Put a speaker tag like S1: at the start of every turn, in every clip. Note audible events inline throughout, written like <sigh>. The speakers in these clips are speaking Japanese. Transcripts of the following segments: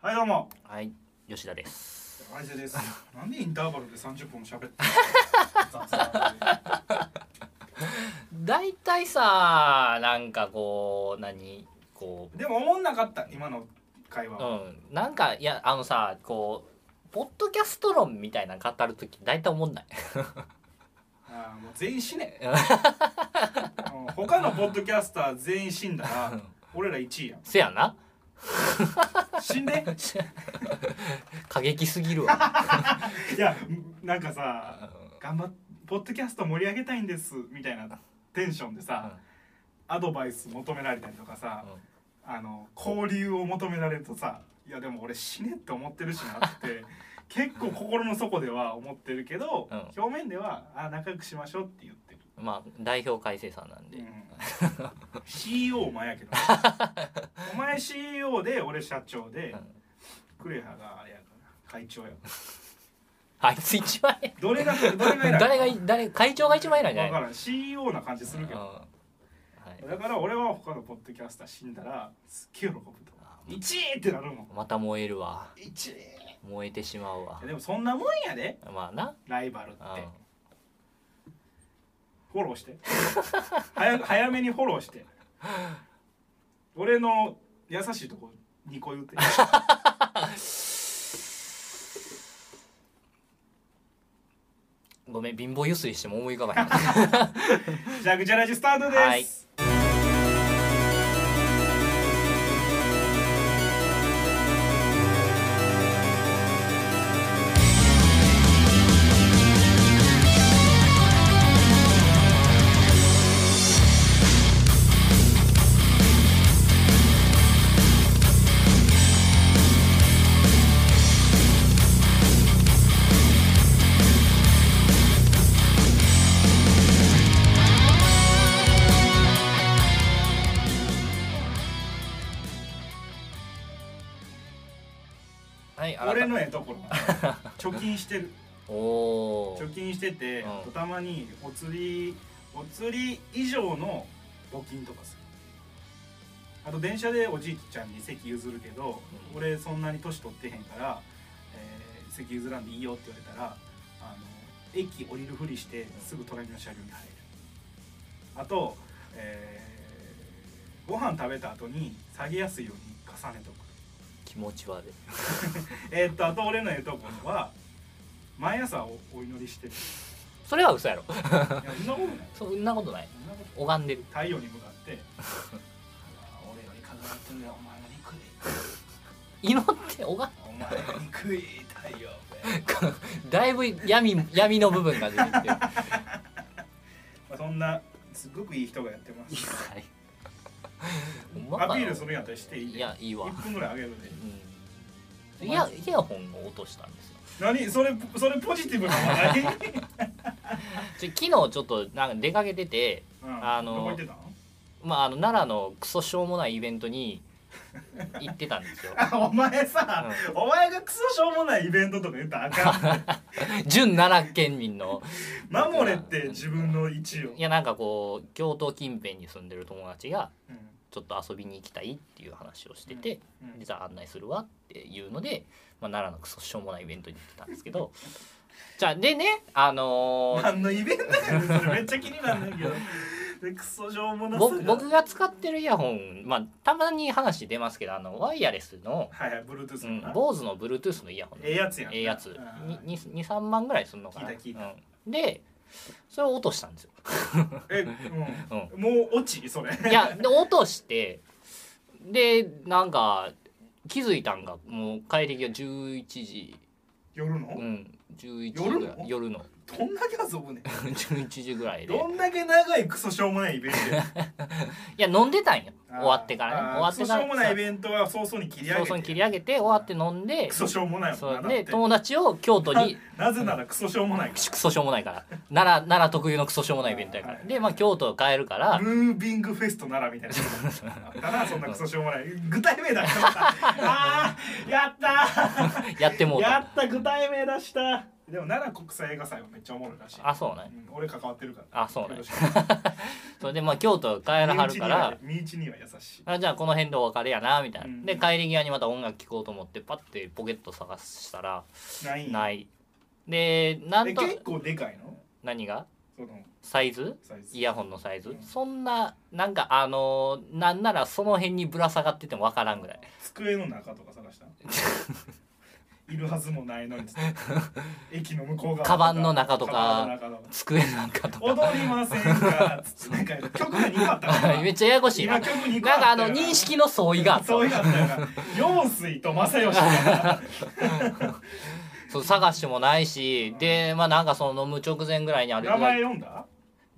S1: はいどうも
S2: はい、吉田です。
S1: アイゼですなんでインターバルで30分喋って
S2: 大体さ、なんかこう、何、こ
S1: るでも思んなかった今の会
S2: う、う
S1: 話
S2: ん、なんか、いや、あのさ、こう。ポッドキャスト論みたいなの語るとき、大体思んない。 <laughs>
S1: あーもう全員死ねうん他のポッドキャスター全員死んだら俺ら1位や
S2: せやな、
S1: ん死んで
S2: 過激すぎる <laughs> わ。
S1: いやなんかさ頑張っポッドキャスト盛り上げたいんですみたいなテンションでさ、アドバイス求められたりとかさ、あの交流を求められるとさいやでも俺死ねって思ってるしなって
S2: <laughs>
S1: 結構心の底では思ってるけど、
S2: うん
S1: 表面ではあ仲良くしましょうって言ってる、
S2: うんまあ、代表改正さんなんで。
S1: うん CEO お前やけ
S2: <laughs>
S1: どお前 CEO で俺社長で、クレハがあれやから会長や
S2: あいつ一番偉い。
S1: どれがどれが偉い
S2: <laughs> 誰が、誰、会長が一番偉いんじゃ
S1: 分か
S2: ない。
S1: らん CEO な感じするけ
S2: うん
S1: ど
S2: はい
S1: だから俺は他のポッドキャスター死んだらすっげえ喜ぶと
S2: あ
S1: 1位ってなるもん
S2: また燃えるわ。
S1: 1位い
S2: 燃えてしまうわ
S1: や。でもそんなもんやで
S2: まあな。
S1: ライバルって
S2: うん
S1: フォローして早早めにフォローして俺の優しいとこ2個言って
S2: ごめん貧乏ゆすりしても思い浮かばへん
S1: じゃあぐちゃラジスタートです、
S2: はい改め
S1: 俺のええところ貯金してる
S2: おお
S1: 貯金してて、
S2: うん
S1: たまにお釣りお釣り以上の募金とかするあと電車でおじいちゃんに席譲るけど、
S2: うん
S1: 俺そんなに年取ってへんから、えー席譲らんでいいよって言われたらあの駅降りるふりしてすぐ隣の車両に入るあと、えー、ご飯食べた後に下げやすいように重ねとく
S2: 気持ち悪い
S1: えーっとあと俺のええところは毎朝おお祈りしてる
S2: それは嘘やろ
S1: い
S2: <laughs>
S1: やそんなことない
S2: そんなことない
S1: そんなこと
S2: 拝んでる
S1: 太陽に向かって「あら俺より輝いてるやお前が憎い
S2: 祈って拝ん
S1: お前が憎い太陽め
S2: だいぶ闇闇の部分が出てきてるは
S1: まあそんなすごくいい人がやってます
S2: い
S1: アピールするんやったらしていい
S2: いやいいわ
S1: 1分ぐらいあげるで
S2: うんいやイヤホンを落としたんですよ
S1: 何それそれポジティブな話
S2: <laughs>
S1: 題、
S2: ちょ昨日ちょっとなんか出かけてて
S1: うん、
S2: あの
S1: どこ行ってたの
S2: まああの奈良のクソしょうもないイベントに行ってた
S1: <laughs>
S2: んですよ
S1: あお前さ、お前がクソしょうもないイベントとか言ったらあ
S2: <laughs>
S1: かん
S2: 純奈良県民の
S1: 守れって自分の位置を
S2: い、やなんかこう京都近辺に住んでる友達が
S1: うん
S2: ちょっと遊びに行きたいっていう話をしてて、
S1: うん
S2: 実は案内するわっていうので、まあ、奈良のクソしょうもないイベントに行ってたんですけど <laughs> じゃあでねあの
S1: <laughs>
S2: ー
S1: 何のイベントやねんそれめっちゃ気になんねんけどでクソしょうもなさ
S2: 僕
S1: が
S2: 僕が使ってるイヤホン、まあ、たまに話出ますけどあのワイヤレスの、
S1: はいはい、Bluetooth の
S2: うん
S1: な、、
S2: 坊主の Bluetooth のイヤホン
S1: ええやつやんな
S2: ええやつ
S1: うん
S2: 23万ぐらいするのかな
S1: 聞いた聞いた
S2: うんでそれを落としたんですよ
S1: え、
S2: うん
S1: うん、もう落ちそれ
S2: いやで落としてでなんか気づいたんがもう帰り際11時
S1: 夜の、
S2: うん11時
S1: 夜
S2: ぐらい
S1: の
S2: 夜の <laughs>
S1: どんだけ遊ぶねん
S2: 11時ぐらいで
S1: どんだけ長いクソしょうもないイベントや
S2: いや飲んでたんよ
S1: あー
S2: <laughs> 終わってからね
S1: あー
S2: 終わって
S1: クソしょうもないイ
S2: から
S1: ベントは早々に切り上
S2: 早
S1: げ
S2: 々に
S1: て
S2: 切り上げて終わって飲んで
S1: クソしょうもないもん
S2: そ
S1: な
S2: う
S1: だって
S2: で友達を京
S1: <laughs>
S2: 都に
S1: なぜならクソしょうもないか
S2: クソしょうもないから奈良奈良特有のクソしょうもないイベントやからでまあ京都帰るから
S1: <laughs> らムービングフェストならみたいなあったなそんなクソしょうもない具体名だっ
S2: <laughs>
S1: たあーやった
S2: やっても
S1: ー
S2: う
S1: やっ
S2: た
S1: た具体名出したでも奈良国際映画祭はめっちゃおもろいらしい、
S2: あそうね
S1: うん俺関わってるから
S2: あそうね
S1: よろしく
S2: それでまあ京都帰らはるから
S1: 身内には身内には優しい
S2: あじゃあこの辺でお別れやなみたいな、
S1: うん
S2: で帰り際にまた音楽聴こうと思ってパッてポケット探したら
S1: ない
S2: ないいでなん
S1: え
S2: と
S1: 結構でかいの
S2: 何が
S1: その
S2: サイズ
S1: サイズ
S2: イヤホンのサイズ、
S1: うん
S2: そんななんかあのーなんならその辺にぶら下がっててもわからんぐらい
S1: 机の中とか探
S2: <laughs>
S1: したいるはずもないのに駅の向こう側と
S2: カバンの中とか
S1: カバンの中とか
S2: 机なんかとか <laughs>
S1: 踊りませんかつってなんか曲が2個あったから
S2: めっちゃややこしいな
S1: 今曲2個
S2: なんか
S1: あ
S2: あ
S1: った
S2: の
S1: よ
S2: 認識の相違があった
S1: そういうのあったよな陽水と正義が
S2: そう探してもないし、
S1: うん
S2: でまあなんかその飲む直前ぐらいにあれ
S1: 名前読んだ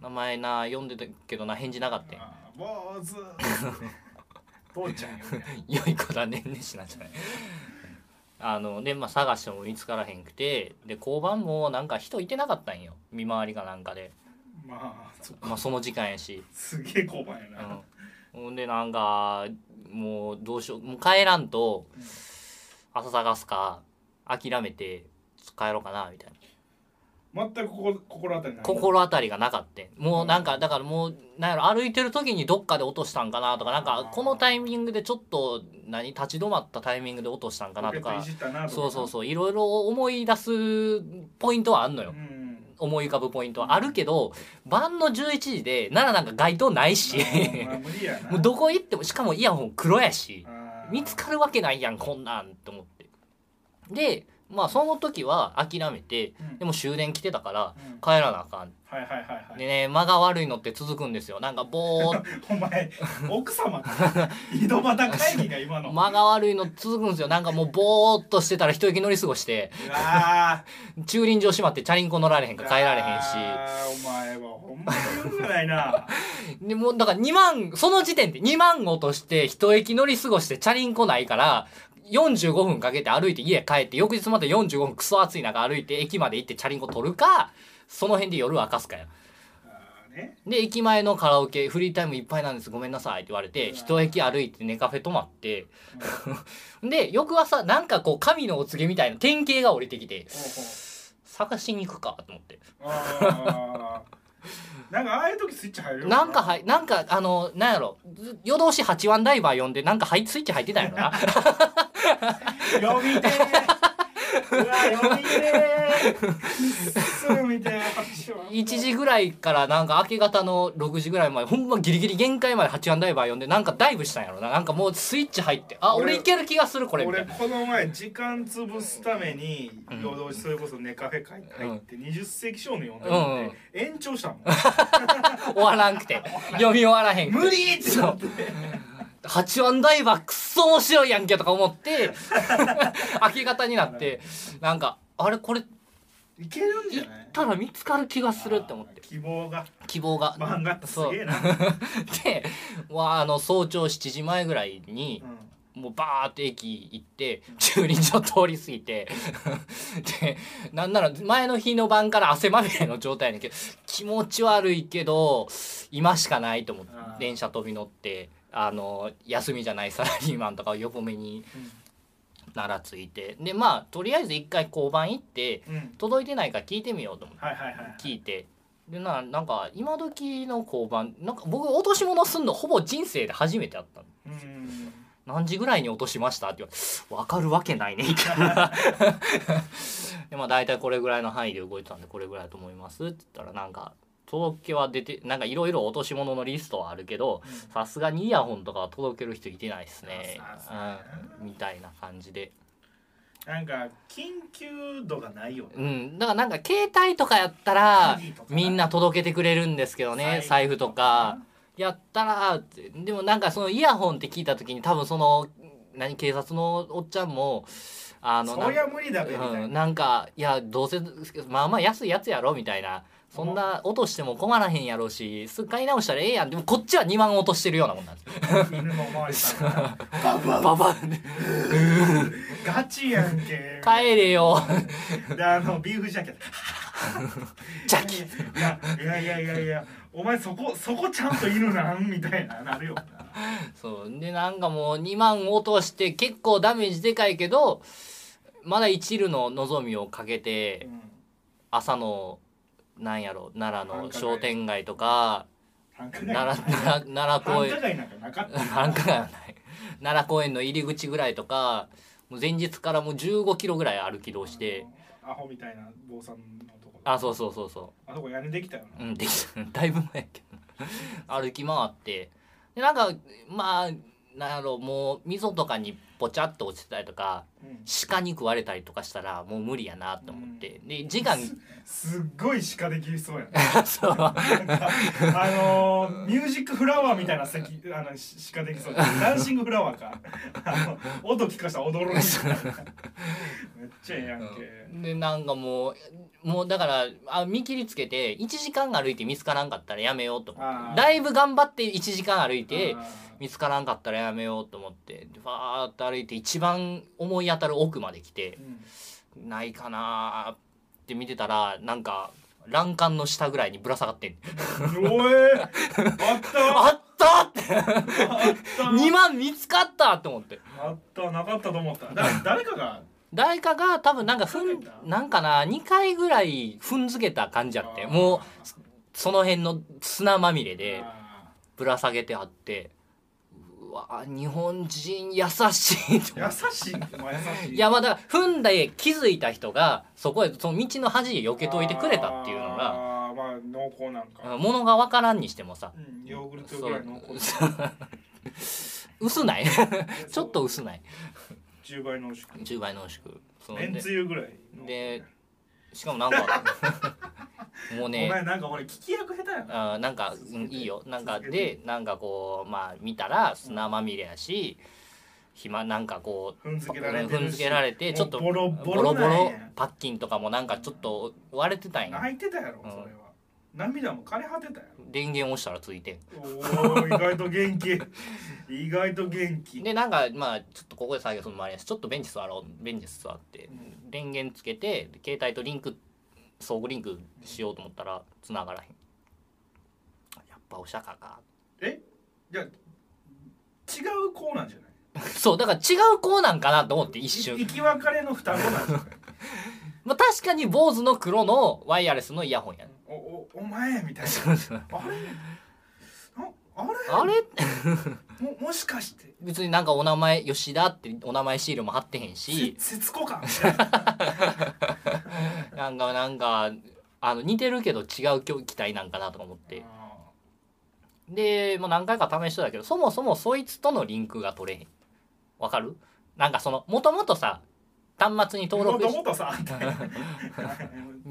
S2: 名前な読んでたけどな返事なかったよ
S1: あー坊
S2: <laughs>
S1: 主坊ちゃんよね
S2: 良い子だねんねしなんじゃないあのでまあ探しても見つからへんくてで交番もなんか人いてなかったんよ見回りかなんかで、
S1: まあそ
S2: まあ、その時間やし
S1: すげえ交番やな、
S2: うん、ほんでなんかもうどうしようもう帰らんと
S1: うん
S2: 朝探すか諦めて帰ろうかなみたいな
S1: 全くここ心当たりない
S2: 心当たりがなかったもうなんかだからもうなんやろ歩いてる時にどっかで落としたんかなとかなん
S1: あ
S2: か
S1: ー
S2: このタイミングでちょっと何立ち止まったタイミングで落としたんかな
S1: ポケ
S2: と
S1: ットい
S2: か
S1: じったなとか
S2: そうそうそういろいろ思い出すポイントはあんのよ
S1: うん
S2: 思い浮かぶポイントはあるけど晩の11時でならなんか街灯ないし
S1: まあまあ無理やな
S2: もうどこ行ってもしかもイヤホン黒やし
S1: あー
S2: 見つかるわけないやんこんなんと思ってでまあその時は諦めて
S1: うん
S2: でも終電来てたから
S1: うん
S2: 帰らなあかん
S1: はいはいはいはい
S2: でね間が悪いのって続くんですよなんかぼ
S1: <laughs>
S2: ーっ
S1: お
S2: <laughs>
S1: 前奥様か井戸端会議が今
S2: <laughs> と
S1: の
S2: 間が悪いの続くんですよなんかもうぼーっとしてたら一息乗り過ごして
S1: うわ
S2: 駐輪場閉まってチャリンコ乗られへ
S1: ー
S2: んから帰られ
S1: い
S2: へ
S1: やーお前はほんまに言うんじゃないな
S2: んしでもうだから2万その時点で2万落として一息乗り過ごしてチャリンコないから45分かけて歩いて家帰って翌日また45分クソ暑い中歩いて駅まで行ってチャリンコ取るかその辺で夜明かすかや
S1: あーね
S2: で駅前のカラオケフリータイムいっぱいなんですごめんなさいって言われて一駅歩いて寝カフェ泊まって <laughs> で翌朝なんかこう神のお告げみたいな典型が降りてきて
S1: ほうほう
S2: 探しに行くかと思って
S1: あーなんかああいう時スイッチ入るよ
S2: なんかはいなんかあのなんやろず夜通し八番ダイバー呼んでなんかはいスイッチ入ってたんやろな
S1: 読みてー
S2: <laughs>
S1: うわ読みてーすぐ見てー拍手は
S2: 1時ぐらいからなんか明け方の6時ぐらいまでほんまギリギリ限界まで八番ダイバー呼んでなんかダイブしたんやろななんかもうスイッチ入ってあ俺
S1: 俺
S2: いける気がするこれみた
S1: 俺
S2: いな
S1: この前時間潰すために
S2: うん
S1: 夜通しそれこそネカフェ会入って20世紀少年読んだ
S2: う
S1: の
S2: んう
S1: っ
S2: ん
S1: て延長したもん
S2: 終わらんく
S1: <laughs>
S2: て読み終わらへんくて
S1: 無理ってな
S2: <laughs>
S1: って
S2: 八番ダイバーくっそ面白いやんけとか思って明け方になってなんかあれこれ
S1: いけるんじ
S2: 行
S1: ゃ
S2: っ
S1: ない
S2: たら見つかる気がするって思って
S1: あー希望が
S2: 希望が
S1: 漫画ってす
S2: そう
S1: げえな
S2: で、わあ、あの早朝7時前ぐらいに
S1: う、ん
S2: もうバーって駅行って駐輪場通り過ぎてでなんなら前の日の晩から汗まみれの状態やねんけど気持ち悪いけど今しかないと思って
S1: あー
S2: 電車飛び乗ってあの休みじゃないサラリーマンとかを横目にならついてでまあとりあえず一回交番行って
S1: うんうん
S2: 届いてないから聞いてみようと思って
S1: はいはいはい
S2: 聞いてでななんか今時の交番なんか僕落とし物すんのほぼ人生で初めてあったの
S1: うん
S2: 何時ぐらいに落としましたって言われて分かるわけないねみたいなでまあ大体これぐらいの範囲で動いてたんでこれぐらいだと思いますって言ったらなんか届けは出てなんかいろいろ落とし物のリストはあるけどさすがにイヤホンとかは届ける人いてないですね
S1: さすがですね
S2: うんみたいな感じで
S1: なんか緊急度がないよね
S2: うんだからなんか携帯とかやったら
S1: 鍵とか
S2: みんな届けてくれるんですけどね財布とか。やったらってでもなんかそのイヤホンって聞いた時に多分その何警察のおっちゃんもあの
S1: そりゃ無理だべみ
S2: なん
S1: た
S2: う
S1: い
S2: ん、
S1: な
S2: なんかいやどうせまあまあ安いやつやろみたいなそんな落としても困らへんやろうしすぐ買い直したらええやんでもこっちは2万落としてるようなもんなんですよ
S1: 犬のおまわりさんがバンバン
S2: ババン
S1: ガチやんけ
S2: 帰れよ
S1: であのビーフジャケット
S2: ジャキ
S1: いやいやいやいやいやお前そこそこちゃんといるなんみたいななるよな
S2: そうでなんかもう2万落として結構ダメージでかいけどまだ一縷の望みをかけ
S1: う
S2: て
S1: ん
S2: 朝のなんやろ奈良の商店街とか
S1: 繁華街
S2: 奈良奈良奈良公
S1: 繁
S2: 園
S1: 華街なんかなかった
S2: 繁華街はない奈良公園の入り口ぐらいとかもう前日からもう1 5キロぐらい歩き通して
S1: アホみたいな坊さんのとこ
S2: あそうそうそうそ
S1: あそこ屋根できたよ
S2: ううんできただいぶ前やけど歩き回ってでなんかまあなんやろもう溝とかにポチャっと落ちてたりとか
S1: な、うん、
S2: 鹿に食われたりとかしたらもう無理やなと思ってで時 <laughs> 間
S1: すっごい鹿できそうやな
S2: そう
S1: あのーミュージックフラワーみたいな席あのしかできそうダンシングフラワーかあの音聞かしたら驚くみたいなめっちゃええやんけ
S2: でなんかもうもうだからあ見切りつけて1時間歩いて見つからんかったらやめようと思
S1: あ
S2: っ
S1: ー
S2: てだいぶ頑張って1時間歩いて
S1: あ
S2: 見つからんかったらやめようと思ってでバーッと歩いて一番思い当たる奥まで来
S1: ー
S2: て
S1: うん
S2: ないかなーって見てたらなんか欄干の下ぐらいにぶら下がってん
S1: おえあったあ
S2: あったって
S1: <laughs> った
S2: 2万見つかったと思って
S1: あったなかったと思っただから誰かが
S2: 誰かが多分なんかふんなんかな2回ぐらい踏んづけた感じやってもうその辺の砂まみれ
S1: う
S2: でぶら下げてあってうわ日本人優しい
S1: <laughs>
S2: と
S1: 優しいお前優しい
S2: いやまあだから踏んで気づいた人がそこへその道の端へ避けといてくれたっていうのが
S1: あーまあ濃厚なんか、
S2: ものが分からんにしてもさ
S1: うん、ヨーグルトぐらい濃厚
S2: そう
S1: <laughs>
S2: 薄ないちょっと薄ない
S1: 10倍濃縮
S2: 10倍濃縮その
S1: めん
S2: で
S1: つゆぐらいの
S2: でしかもな
S1: <laughs>
S2: んかもう
S1: お前
S2: ね
S1: なんか俺聞き役下手やな
S2: あーなんかうんいいよなんかでなんかこうまあ見たら砂まみれやし暇なんかこう
S1: 踏んづけられてるし
S2: 踏んづけられてちょっと
S1: ボロボ
S2: ボ
S1: ロ
S2: ロボ
S1: なんや
S2: ロパッキンとかもなんかちょっと割れてたんや
S1: 泣いてたやろそれは、涙も枯れ果てたやろ
S2: 電源押したらついてん
S1: おお意外と元
S2: <laughs>
S1: 気意外と元気
S2: でなんかまあちょっとここで作業するのもあれですちょっとベンチ座ろうベンチ座って
S1: う
S2: 電源つけて携帯とリンク相互リンクしようと思ったら繋がらへんやっぱお釈迦か <laughs>
S1: えじゃ違う子なんじゃない
S2: そうだから違う子なんかなと思って一
S1: い
S2: 瞬
S1: 生き別れの双子なんじゃない
S2: まあ確かに坊主の黒のワイヤレスのイヤホンや
S1: <laughs>
S2: ね
S1: おおお前みたいなあれなあれ
S2: あれ
S1: ももしかして
S2: 別になんかお名前吉田ってお名前シールも貼ってへんし
S1: せ節子かみたいな
S2: なんかなんかあの似てるけど違う機体なんかなとか思って
S1: あ
S2: で、まあ、何回か試してたけどそもそもそいつとのリンクが取れへんわかるなんかそのもともとさ端末に
S1: ー
S2: 登録
S1: もと
S2: し
S1: もと
S2: <laughs>
S1: さ
S2: に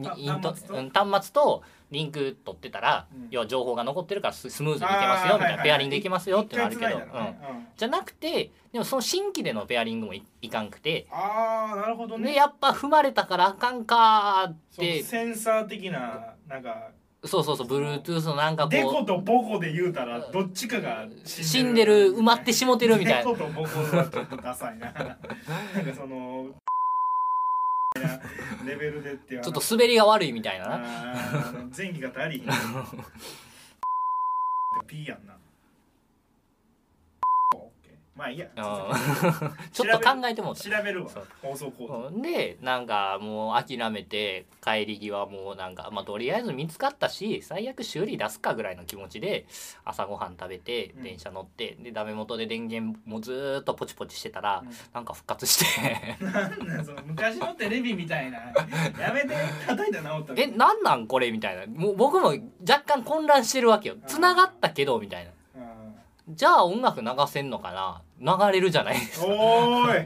S1: た
S2: イント
S1: 端末と
S2: うん端末とリンク取ってたら、
S1: うん
S2: 要は情報が残ってるからススムーズにいけますよ
S1: あー
S2: みたいな、
S1: はいはいはい
S2: ペアリングいけますよってのあるけど、
S1: 一回繋いだ
S2: う
S1: ら
S2: ん
S1: ねうん
S2: じゃなくてでもその新規でのペアリングもいいかんくて
S1: ああなるほどね
S2: でやっぱ踏まれたからあかんかーっ
S1: その
S2: て
S1: センサー的ななんか
S2: そうそうそう Bluetooth のなんか
S1: デ
S2: こ
S1: コとボコで言うたらどっちかが
S2: う死んでる埋まってしもてるみたい
S1: デ
S2: な
S1: コとボコはちょっとダサいななんかその
S2: <laughs>
S1: <laughs> みたいなレベルでっていう
S2: ちょっと滑りが悪いみたいな <laughs> な
S1: あー前儀が足
S2: <laughs>
S1: りひんピーやんなオッケーまあいいや
S2: うん
S1: 続
S2: ちょっと考えてもうた
S1: けて調べるわ
S2: そう
S1: 放送コード
S2: うんでなんかもう諦めて帰り際もうなんかまあとりあえず見つかったし最悪修理出すかぐらいの気持ちで朝ごはん食べて
S1: うん
S2: 電車乗って、でダメ元で電源もずーっとポチポチしてたら、
S1: うん
S2: なんか復活して
S1: <laughs> なんなんその昔のテレビみたいなや
S2: <laughs>
S1: めて叩いたら治ったみた
S2: え
S1: いな
S2: なんなんこれみたいなもう僕も若干混乱してるわけよ繋がったけどみたいな
S1: うん
S2: じゃあ音楽流せんのかな流れるじゃないですか
S1: おーい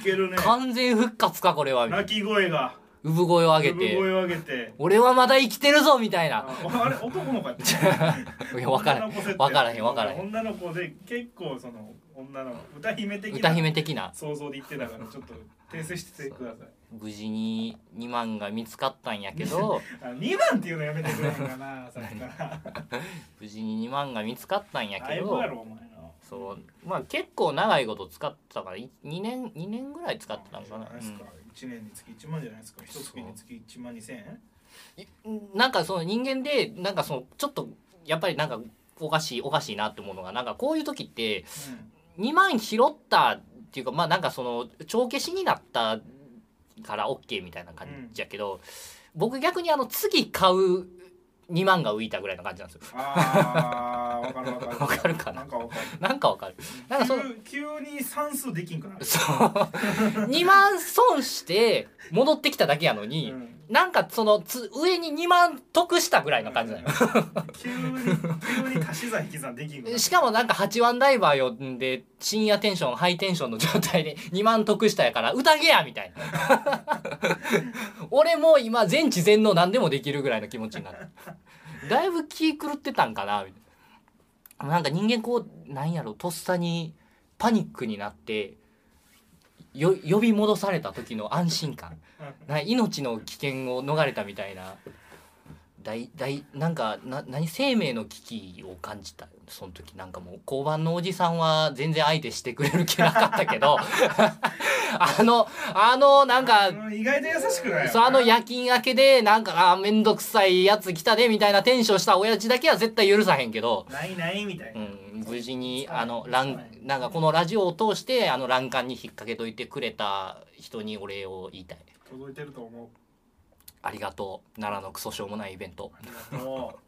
S1: いけるね
S2: 完全復活かこれはみたいな
S1: 泣き声が
S2: 産声を上げ
S1: 産声
S2: て
S1: を上げて
S2: 俺はまだ生きてるぞみたい
S1: あ
S2: な
S1: あれ男の子やった
S2: い <laughs> や分からへん
S1: 女の子設定
S2: 分からへん分からへん
S1: 女の子で結構その女の子歌姫的な
S2: 歌姫的な
S1: 想像で言ってたからちょっと訂正してください
S2: 無事に2万が見つかったんや
S1: <laughs>
S2: けど
S1: あ2番っていうのやめてくれへんか
S2: <laughs>
S1: なさっきから
S2: 無事に2万が見つかったんや
S1: だ
S2: け
S1: いぶや
S2: ど
S1: ろお前の
S2: そうまあ結構長いこと使ってたから2年2年ぐらい使ってたんかな
S1: じゃいですか、1年につき1万じゃないですか1月につき1万2000円
S2: うんなんかその人間でなんかそのちょっとやっぱりなんかおかしいおかしいなって思うのがなんかこういう時って2万拾ったっていうかまあなんかその帳消しになったから OK みたいな感じやけど、僕逆にあの次買う2万が浮いたぐらいの感じなんですよ
S1: あーわかるわかる
S2: わかるかなん
S1: かわか
S2: なんかわかるなんかその
S1: る急急に算数できんくなる
S2: <laughs> そう2万損して戻ってきただけやのに、
S1: うん
S2: なんかそのつ上に2万得したぐらいの感じなの、
S1: 急に急に足し算引き算できんくなる
S2: しかもなんか8番ダイバー呼んで深夜テンションハイテンションの状態で2万得したやから宴やみたいな俺もう今全知全能何でもできるぐらいの気持ちになるだいぶ気狂ってたんかなみたいななんか人間こうなんやろとっさにパニックになってよ呼び戻された時の安心感な命の危険を逃れたみたいな大大なんかな何生命の危機を感じたその時なんかもう交番のおじさんは全然相手してくれる気なかったけどあのあのなんか
S1: うん意外と優しくない
S2: そうあの夜勤明けでなんかあーめんどくさいやつ来たでみたいなテンションした親父だけは絶対許さへんけど、
S1: ないないみたいうな、
S2: ん、無事に
S1: そう
S2: あのラン
S1: そう
S2: なんかこのラジオを通してあの欄干に引っ掛けといてくれた人にお礼を言いたい
S1: 届いてると思う
S2: ありがとう奈良のクソしょうもないイベント
S1: ありがと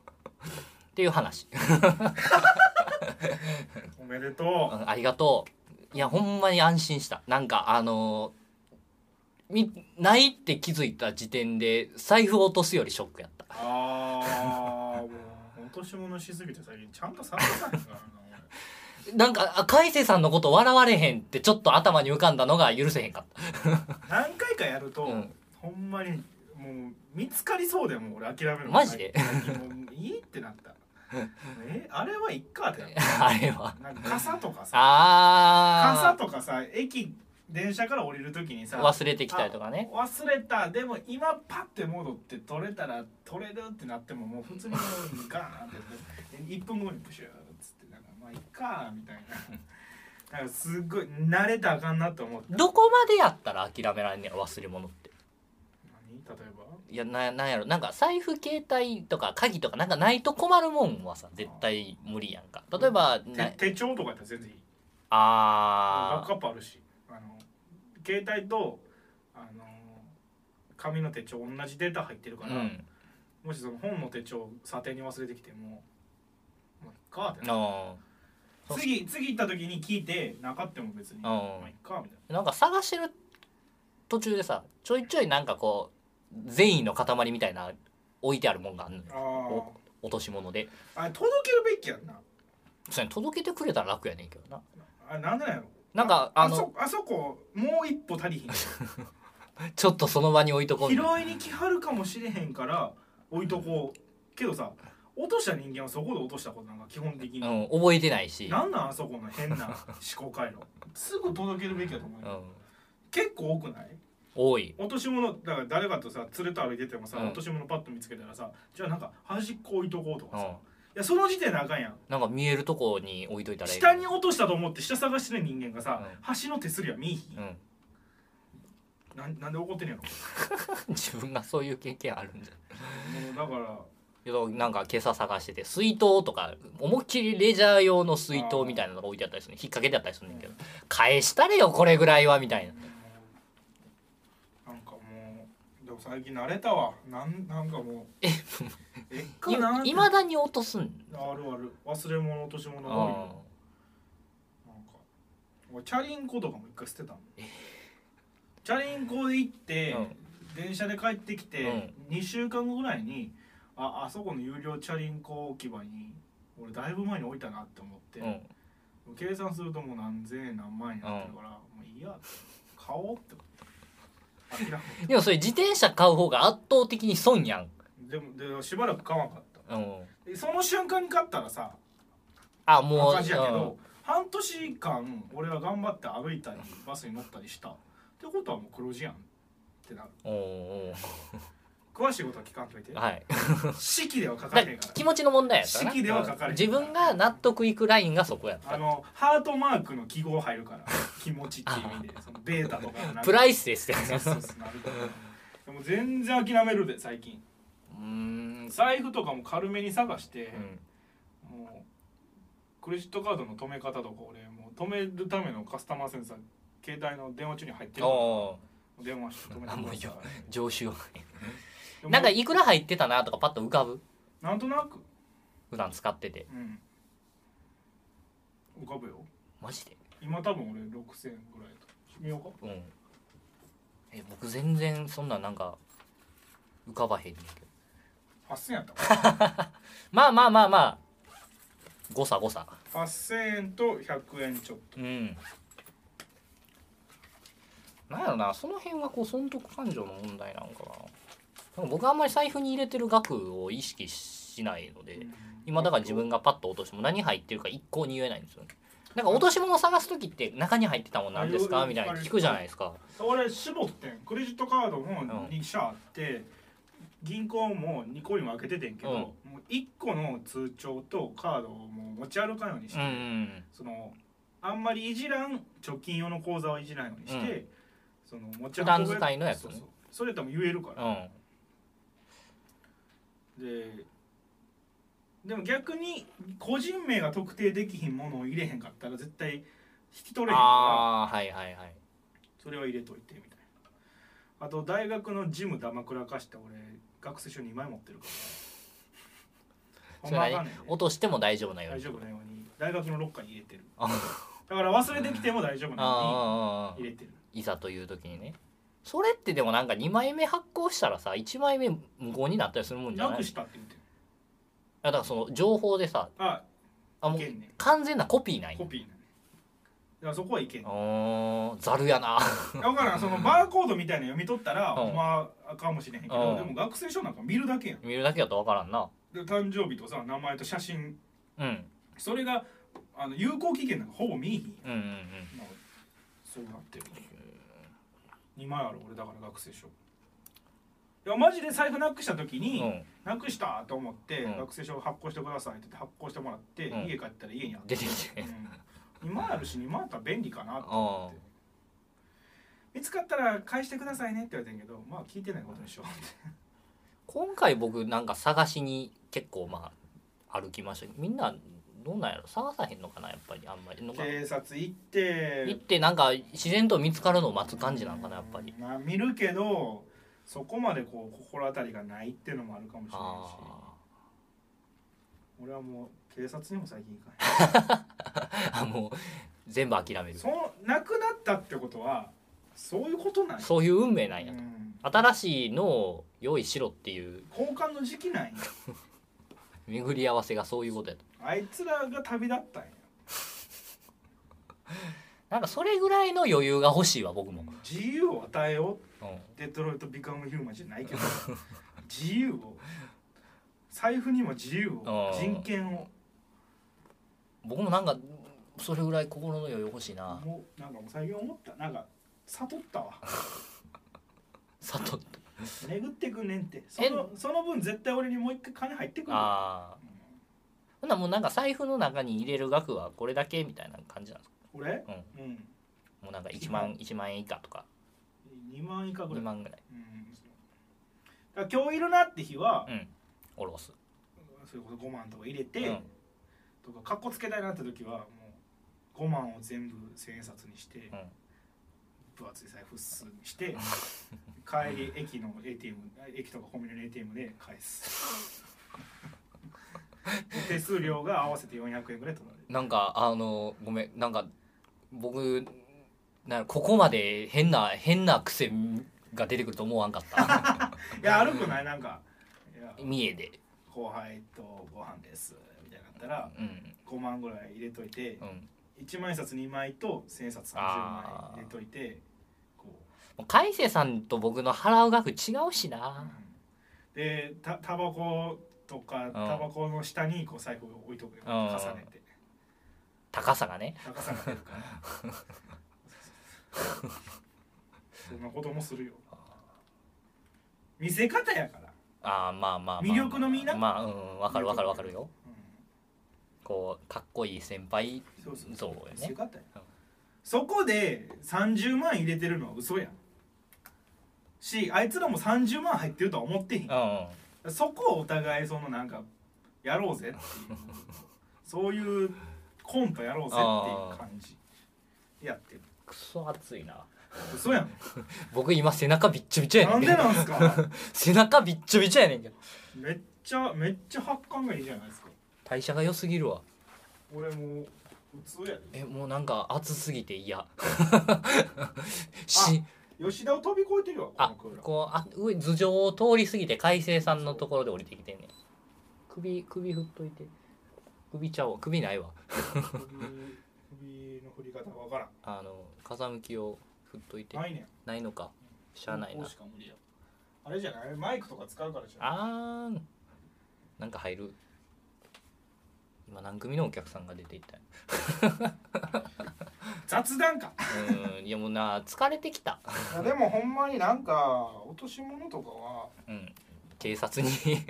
S2: っていう話、
S1: うおめで
S2: う
S1: と
S2: んありがとういやほんまに安心したなんかあのーみないって気づいた時点で財布落とすよりショックやった
S1: うああもう落とし物しすぎて最近ちゃんと探さないからな俺
S2: なんかあ海星さんのこと笑われへんってちょっと頭に浮かんだのが許せへんか
S1: <laughs>
S2: った
S1: 何回かやると、
S2: うん
S1: ほんまにもう見つかりそうでもう俺諦める
S2: マジで
S1: 最近もういいってなった
S2: <laughs>
S1: えあれはいっかってなっ
S2: あれは
S1: たなんか傘とかさ傘
S2: あ
S1: とかさ駅電車から降りる時に
S2: ー
S1: さ
S2: 忘れてきたりとかね
S1: 忘れたでも今パッて戻って取れたら取れるってなってももう
S2: <laughs>
S1: 普通にもうガーンって1分後にプシューっつってなんかまあいっかみたいななんかすっごい慣れたらあかんなと思って
S2: どこまでやったら諦められんねやろ忘れ物って
S1: 何例えば
S2: いやななんやろなんか財布携帯とか鍵とかなんかないと困るもんはさ絶対無理やんか例えばな
S1: 手手帳とかやったら全然いいバッ
S2: あ
S1: クアップあるしあの携帯とあの紙の手帳同じデータ入ってるか
S2: あう
S1: ら、
S2: ん
S1: もしその本の手帳査定に忘れてきても「まあ、いっか」ってな
S2: あそう
S1: 次次行った時に聞いてなかったも別に「まあ、いっか」みたい
S2: ーなんか探してる途中でさちょいちょいなんかこう善意の塊みたいな置いてあるもんがあんのよ
S1: なあ
S2: 落とし物で
S1: ああれ届けるべきやんな
S2: それ届けてくれたら楽やねんけどな
S1: あれなんでなんやろ
S2: なんか
S1: あ
S2: あの
S1: そあそこもう一歩足りひん
S2: ちょっとその場に置いとこうみたいな
S1: 拾いに来はるかもしれへんから置いとこうけどさ落とした人間はそこで落としたことなんか基本的に、
S2: うん、覚えてないし、
S1: なんなんあそこの変
S2: <laughs>
S1: な思考回路すぐ届けるべきだと思う
S2: う
S1: よ、
S2: ん、
S1: 結構多くない
S2: 多い
S1: 落とし物だから誰かとさ連れと歩いててもさ、
S2: うん
S1: 落とし物パッと見つけたらさじゃあなんか端っこ置いとこうとか
S2: う
S1: さ、
S2: ん
S1: いやその時点であかんやん
S2: なんか見えるとこに置いといたらいい
S1: 下に落としたと思って下探してる人間がさ、
S2: うん
S1: 端の手すりは見えひん、
S2: うん、
S1: なん、なんで怒ってんねやろ
S2: <laughs> 自分がそういう経験あるんじゃ
S1: もうだから
S2: けどなんか今朝探してて水筒とか思いっきりレジャー用の水筒みたいなのが置いてあったりするね引っ掛けてあったりするねんけど返したれよこれぐらいはみたいな
S1: なんかもうでも最近慣れたわなんなんかもうええっかなって
S2: いまだに落とすん
S1: あるある忘れ物落とし物多いよ
S2: あ
S1: なんか俺チャリンコとかも一回捨てたのチャリンコで行って、
S2: うん
S1: 電車で帰ってき
S2: う
S1: て、2週間後ぐらいにああそこの有料チャリンコ置き場に俺だいぶ前に置いたなって思って、
S2: ーうん
S1: 計算するともう何千円何万円になってるから、もういいや買おうって思って諦
S2: でもそれ自転車買う方が圧倒的に損やん、
S1: めてでもでしばらく買わなかった
S2: うん、
S1: でその瞬間に買ったらさ
S2: あもう
S1: 赤字やけど、半年間俺は頑張って歩いたりバスに乗ったりしたってことはもう黒字やんってなる
S2: うんおーお
S1: 詳しいことは聞かんといて
S2: ーはい
S1: 式では書か
S2: だ
S1: れへんから
S2: 気持ちの問題やったな
S1: 式では書かれへん
S2: 自分が納得いくラインがそこやっ
S1: あ
S2: た
S1: のハートマークの記号入るから気持ちっていう意味で
S2: <laughs>
S1: そのベータとかの中で
S2: プライスですよ
S1: そう
S2: ね
S1: そうそうなるからでも全然諦めるで最近
S2: うーん
S1: 財布とかも軽めに探して
S2: う、ん
S1: もうクレジットカードの止め方とか俺もう止めるためのカスタマーセンサー携帯の電話中に入ってるから
S2: おー
S1: 電話して止めてください
S2: あもういいよ常習
S1: で
S2: なんかいくら入ってたなとかパッと浮かぶ
S1: なんとなく、
S2: 普段使ってて
S1: うん、浮かぶよ
S2: マジで
S1: 今多分俺6000ぐらいと見ようか
S2: うんえ僕全然そんななんか浮かばへんねんけど
S1: 8000やったか
S2: まあまあまあまあ誤差誤差
S1: な8000円と100円ちょっ
S2: うんなんやろなその辺はこう損得感情の問題なのかななんか僕あんまり財布に入れてる額を意識しないので、
S1: と、
S2: 今だから自分がパッと落としても何入ってるか一向に言えないんですよねなんか落とし物探す時って中に入ってたもんなんです
S1: あ
S2: か
S1: よ
S2: みたいな聞くじゃないですか
S1: 俺絞ってんクレジットカードも2社あって、銀行も2個に分けててんけど、
S2: うん
S1: もう1個の通帳とカードをもう持ち歩かんようにし
S2: う
S1: て、
S2: んうん
S1: そのあんまりいじらん貯金用の口座はいじらんようにして、その持ち運
S2: 普段使いのやつ
S1: そうそうそれとも言えるか
S2: う
S1: ら、
S2: ん
S1: ででも逆に個人名が特定できひんものを入れへんかったら絶対引き取れへんから
S2: ああはいはいはい
S1: それは入れといてみたいなあと大学のジムだまくらかして俺学生証2枚持ってるからほ
S2: そ
S1: ん
S2: れ
S1: まあかん
S2: 何
S1: ねんで
S2: 落としても大丈夫なよう
S1: 大
S2: に
S1: 丈夫なように大学のロッカーに入れてる
S2: あ
S1: だから忘れてきても大丈夫なよ
S2: あ
S1: うに入れてる
S2: いざという時にねそれってでもなんか2枚目発行したらさ1枚目無効になったりするもんじゃ
S1: な
S2: ない
S1: く
S2: い
S1: したって言ってる
S2: やだからその情報でさ
S1: あ
S2: あも
S1: いうけんね
S2: 完全なコピーない
S1: んコピーなねだからそこはいけんねん
S2: おーざるやな
S1: いやわからんそのバーコードみたいなの読み取ったら
S2: うん
S1: まあかもしれへんけ
S2: う
S1: ど
S2: ん
S1: でも学生証なんか見るだけやん
S2: 見るだけだとわからんな
S1: で誕生日とさ名前と写真
S2: うん
S1: それがあの有効期限なんかほぼ見えひんやん
S2: うんうん
S1: まあ、そうなってる2枚ある俺だから学生証いやマジで財布なくした時
S2: うん
S1: に、
S2: うん
S1: なくしたと思って、
S2: うん
S1: 学生証発行してくださいって言って発行してもらって、
S2: うん
S1: 家帰ったら家にあっ
S2: 出
S1: て、
S2: てき
S1: う
S2: て
S1: 2枚あるし2枚あったら便利かなと
S2: あ
S1: 思って見つかったら返してくださいねって言われてんけどまあ聞いてないことにしよ
S2: 今回僕なんか探しに結構まあ歩きましたみんなどうなんやろ探さへんのかなやっぱりあ <laughs> んまりの
S1: う
S2: か
S1: 警察行っ
S2: 行っててなんか自然と見つかるのを待つ感じなのかなやっぱり
S1: うんまあ見るけどそこまでこう心当たりがないっていうのもあるかもしれないし
S2: あ
S1: 俺はもう警察にも最近行かない
S2: ー <laughs> あもう全部諦める
S1: そうなくなったってことはそういうことなんや
S2: そういう運命なんや
S1: う
S2: と
S1: ん
S2: 新しいのを用意しろっていう
S1: 交換の時期なんや
S2: 巡り合わせがそういうことやと
S1: あいつらが旅立ったんや
S2: なんかそれぐらいの余裕が欲しいわ僕も、
S1: 自由を与えよう
S2: うん
S1: デトロイト・ビカム・ヒューマンじゃないけ
S2: <laughs>
S1: ど自由を財布にも自由を
S2: うん
S1: 人権を
S2: 僕もなんかそれぐらい心の余裕欲しいな
S1: もうなんかもう最近思ったなんか悟ったわ
S2: 悟っ
S1: 巡ってくんねんってそのその分絶対俺にもう一回金入ってくるよ
S2: ああほんならもうなんか財布の中に入れる額はこれだけみたいな感じなんですか
S1: 俺
S2: う
S1: うん
S2: もうなんか1万1万円以下とか
S1: 2万以下ぐら
S2: 2
S1: い
S2: 万ぐらい
S1: うんだから今日いるなって日は、
S2: うんおろす
S1: それこそ5万とか入れて、
S2: うん
S1: とかかっこつけたいなって時はもう5万を全部千円札にして、分厚い財布っすにして帰り駅の ATM 駅とかコンビニの ATM で返す
S2: <laughs>
S1: 手数料が合わせて400円ぐらい取られる
S2: なんかあのごめんなんか僕なんかここまで変な変な癖が出てくると思わんかった <laughs>
S1: いや悪くないなんかいや
S2: 三重で
S1: 後輩とご飯ですみたいになったら
S2: うん
S1: 5万ぐらい入れといて
S2: うんも
S1: 1万円札2枚と千円札30枚入れといてこう
S2: う海瀬さんと僕の払う額違うしな
S1: でたタバコとか
S2: ん
S1: タバコの下にこう財布を置いとくよ
S2: うん
S1: 重ねて
S2: 高さがね
S1: 高さが出るから
S2: <laughs>
S1: そんなこともするよ見せ方やから、
S2: ああまあまあ、まあ、
S1: 魅力のみな
S2: まあうんわかるわかるわかるよ
S1: うん
S2: こうかっこいい先輩
S1: そうそう
S2: 像や
S1: 見せ
S2: ね
S1: 方や
S2: うん
S1: そこで30万入れてるのは嘘やんしあいつらも30万入ってるとは思ってへん
S2: うんうん
S1: そこをお互いそのなんかやろう
S2: <laughs>
S1: ぜっていうそういうコントやろうぜっていう感じでやってる
S2: クソ暑いな
S1: 嘘やん
S2: 僕今背中びっちょびちょやね
S1: なんん
S2: け
S1: で
S2: ど
S1: なんすか
S2: 背中びっちょびちょやねんけど
S1: <laughs> めっちゃめっちゃ発汗がいいじゃないですか
S2: 代謝が良すぎるわ
S1: 俺もう普通や
S2: えもうなんか暑すぎて嫌し
S1: 吉田を飛び越えてるわ
S2: あ
S1: このクーラー
S2: こうあ上頭上を通り過ぎて海星さんのところで降りてきてんねん首首振っといて首ちゃうわ首ないわ
S1: 首首の振り方がわから
S2: あの風向きを振っといて
S1: んないねん
S2: ないのかしゃあない
S1: こ
S2: な
S1: うしか無理やあれじゃないマイクとか使うからじゃん
S2: あーんなんか入る今何組のお客さんが出ていった
S1: 雑談か
S2: うーんいやもうな疲れてきた
S1: いやでもほんまになんか落とし物とかは
S2: うん警察に <laughs>
S1: うん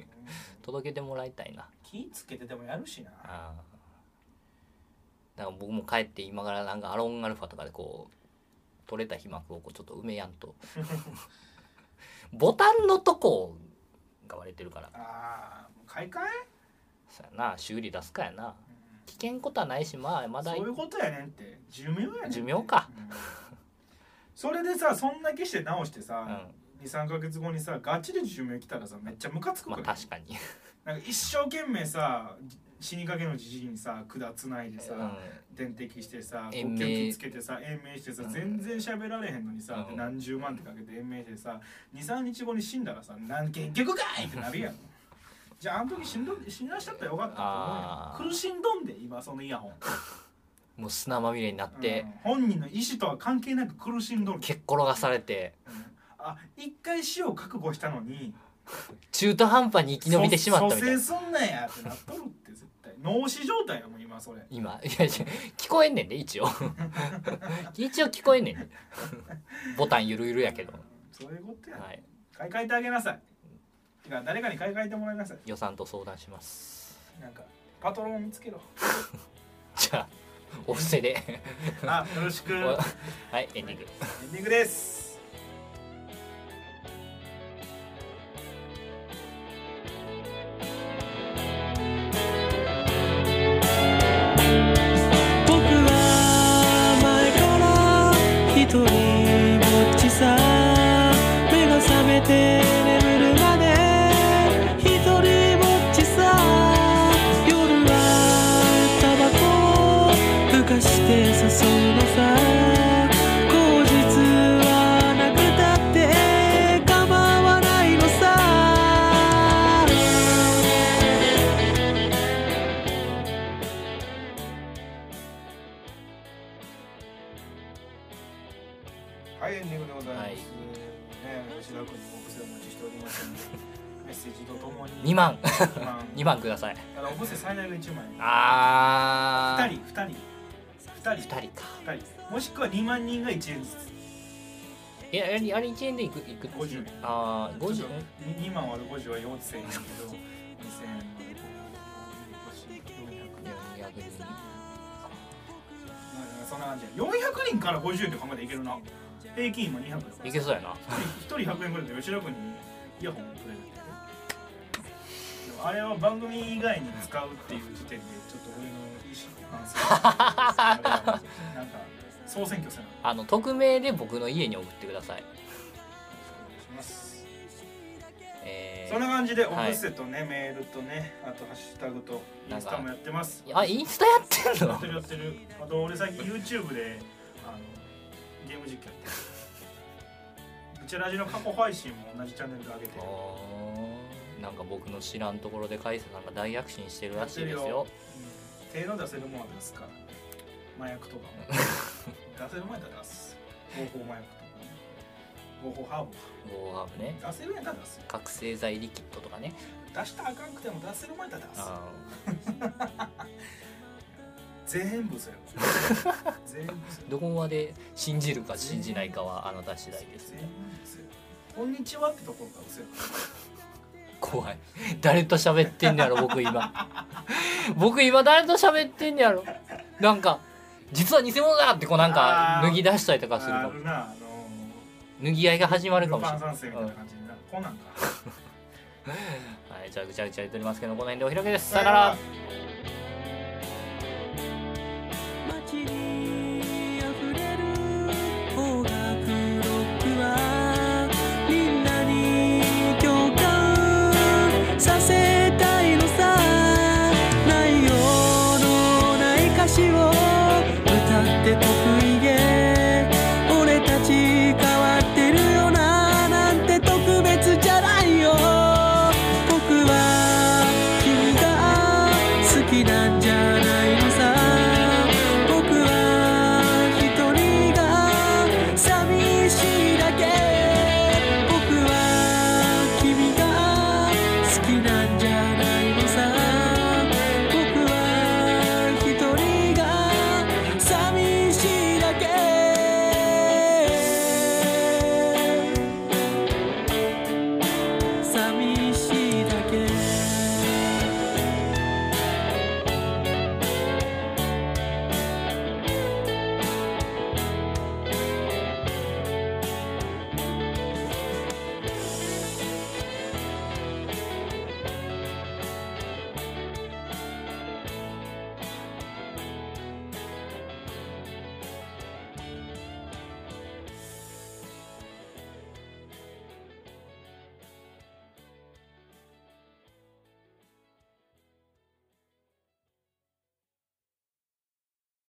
S2: 届けてもらいたいな
S1: 気つけてでもやるしな
S2: あーだから僕も帰って今からなんかアロンアルファとかでこう取れた皮膜をこうちょっと埋めやんと <laughs> ボタンのとこが割れてるから
S1: あー買い替え、
S2: そやな修理出すかやな危険ことはないしまあまだ
S1: そういうことやねんって寿命やねんって
S2: 寿命か、
S1: うんそれでさそんだけして直して
S2: うん
S1: さ、23か月後にさガチで寿命来たらさめっちゃムカつく
S2: ま
S1: か
S2: あ
S1: ら、
S2: 確かに、
S1: なんか一生懸命さ死にかけのじじいにさ管つないで
S2: う
S1: さ、
S2: ん、
S1: 点滴してさ呼
S2: 延命
S1: 吸器つけてさ延命してさ
S2: うん
S1: 全然喋られへんのにさ、
S2: う
S1: で
S2: ん
S1: 何十万ってかけて延命してさ23日後に死んだらさなん結局かいってなるやん <laughs> じゃああの時死んどん死んだしちゃったらよかったと
S2: あ
S1: 思う
S2: ー
S1: やん苦しんどんで今そのイヤホン、
S2: もう砂まみれになって、
S1: うん本人の意思とは関係なく苦しんどんで
S2: 蹴っ転がされて
S1: あ一回死を覚悟したのに
S2: 中途半端に生き延びてしまったみたいな
S1: そ蘇生すんなんやってなっとるって絶対脳死状態やもん今それ
S2: 今 <laughs> いやいや聞こえんねんで一
S1: <laughs>
S2: 応一応聞こえんねんでボタンゆるゆるやけど、
S1: うんそういうことや、
S2: はい、
S1: 買い替えてあげなさいてか誰かに買い替えてもらいなさい
S2: 予算と相談します
S1: なんかパトロンを見つけろ
S2: じゃあお布施で
S1: あよろしくエ
S2: お
S1: ン
S2: はいエンディング
S1: ディングです
S3: 僕は前から一人ぼっちさ目が覚めて眠るまで一人ぼっちさ夜はタバコをふかして誘うのさ口実はなくたって構わないのさ
S1: はい、エンディングでございます。
S2: はい
S1: ね、吉田君にお布施お待ちしておりますので、メッセージとともに。
S2: 2万
S1: 2万。
S2: 2万ください
S1: あの、お布施最大の1万円。
S2: あ
S1: 2
S2: ー
S1: 人、2人。2人、
S2: 2人か
S1: 2人。もしくは2万人が1円ずつ。
S2: えあれあれ1円でいくいく
S1: 50円
S2: ああ
S1: ちょ
S2: 50
S1: っと2万割る50は4000円だけど、2000円割る50 400円。
S2: 400人
S1: まあそんな感じや。400人から50円と考えていけるな。平均今200円。
S2: いけそうやな <laughs>
S1: 一人100円ぐらいで吉田君にイヤホンをくれるってでもあれは番組以外に使うっていう時点でちょっと俺の意識反省あれなんか総選挙せなあ
S2: あの匿名で僕の家に送ってください
S1: かんします
S2: え
S1: そんな
S2: ー、
S1: 感じでお布施とね、メールとねあとハッシュタグとイ
S2: なんか
S1: ンスタもやってます
S2: あインスタやってん
S1: や
S2: の
S1: ってるやってるあと俺最近 YouTube であのゲーム実況やってるブチャラジの過去配信も同じチャンネルで上げてる
S2: あーなんか僕の知らんところで海瀬さんが大躍進してるらしいですよ
S1: 手の出せるものは出すから麻薬
S2: <laughs>
S1: とかも出せる前から出す合法麻薬とかね合法ハーブと
S2: ゴーハーブね
S1: か出せる前から出す
S2: 覚醒剤リキッドとかね
S1: 出したらあかんくても出せる前から出
S2: あ
S1: す全部そ
S2: <laughs>
S1: れ全部そ
S2: ーどこまで信じるか信じないかはあなた次第です
S1: れ全部それこんにちはってところから嘘や
S2: 怖い誰と喋ってんねやろ僕今
S1: <laughs>
S2: 僕今誰と喋ってんねやろなんか実は偽物だってこうなんか
S1: あー
S2: 脱ぎ出したりとかするか
S1: あ
S2: も
S1: るなあの
S2: 脱ぎ合いが始まるか
S1: ル
S2: もし
S1: パ
S2: れ
S1: ン
S2: ない、
S1: 三世みたいな感じになるこんなんか
S2: はい、じゃあぐちゃぐちゃ言っておりますけどこの辺でお開きですさよなら
S1: よなら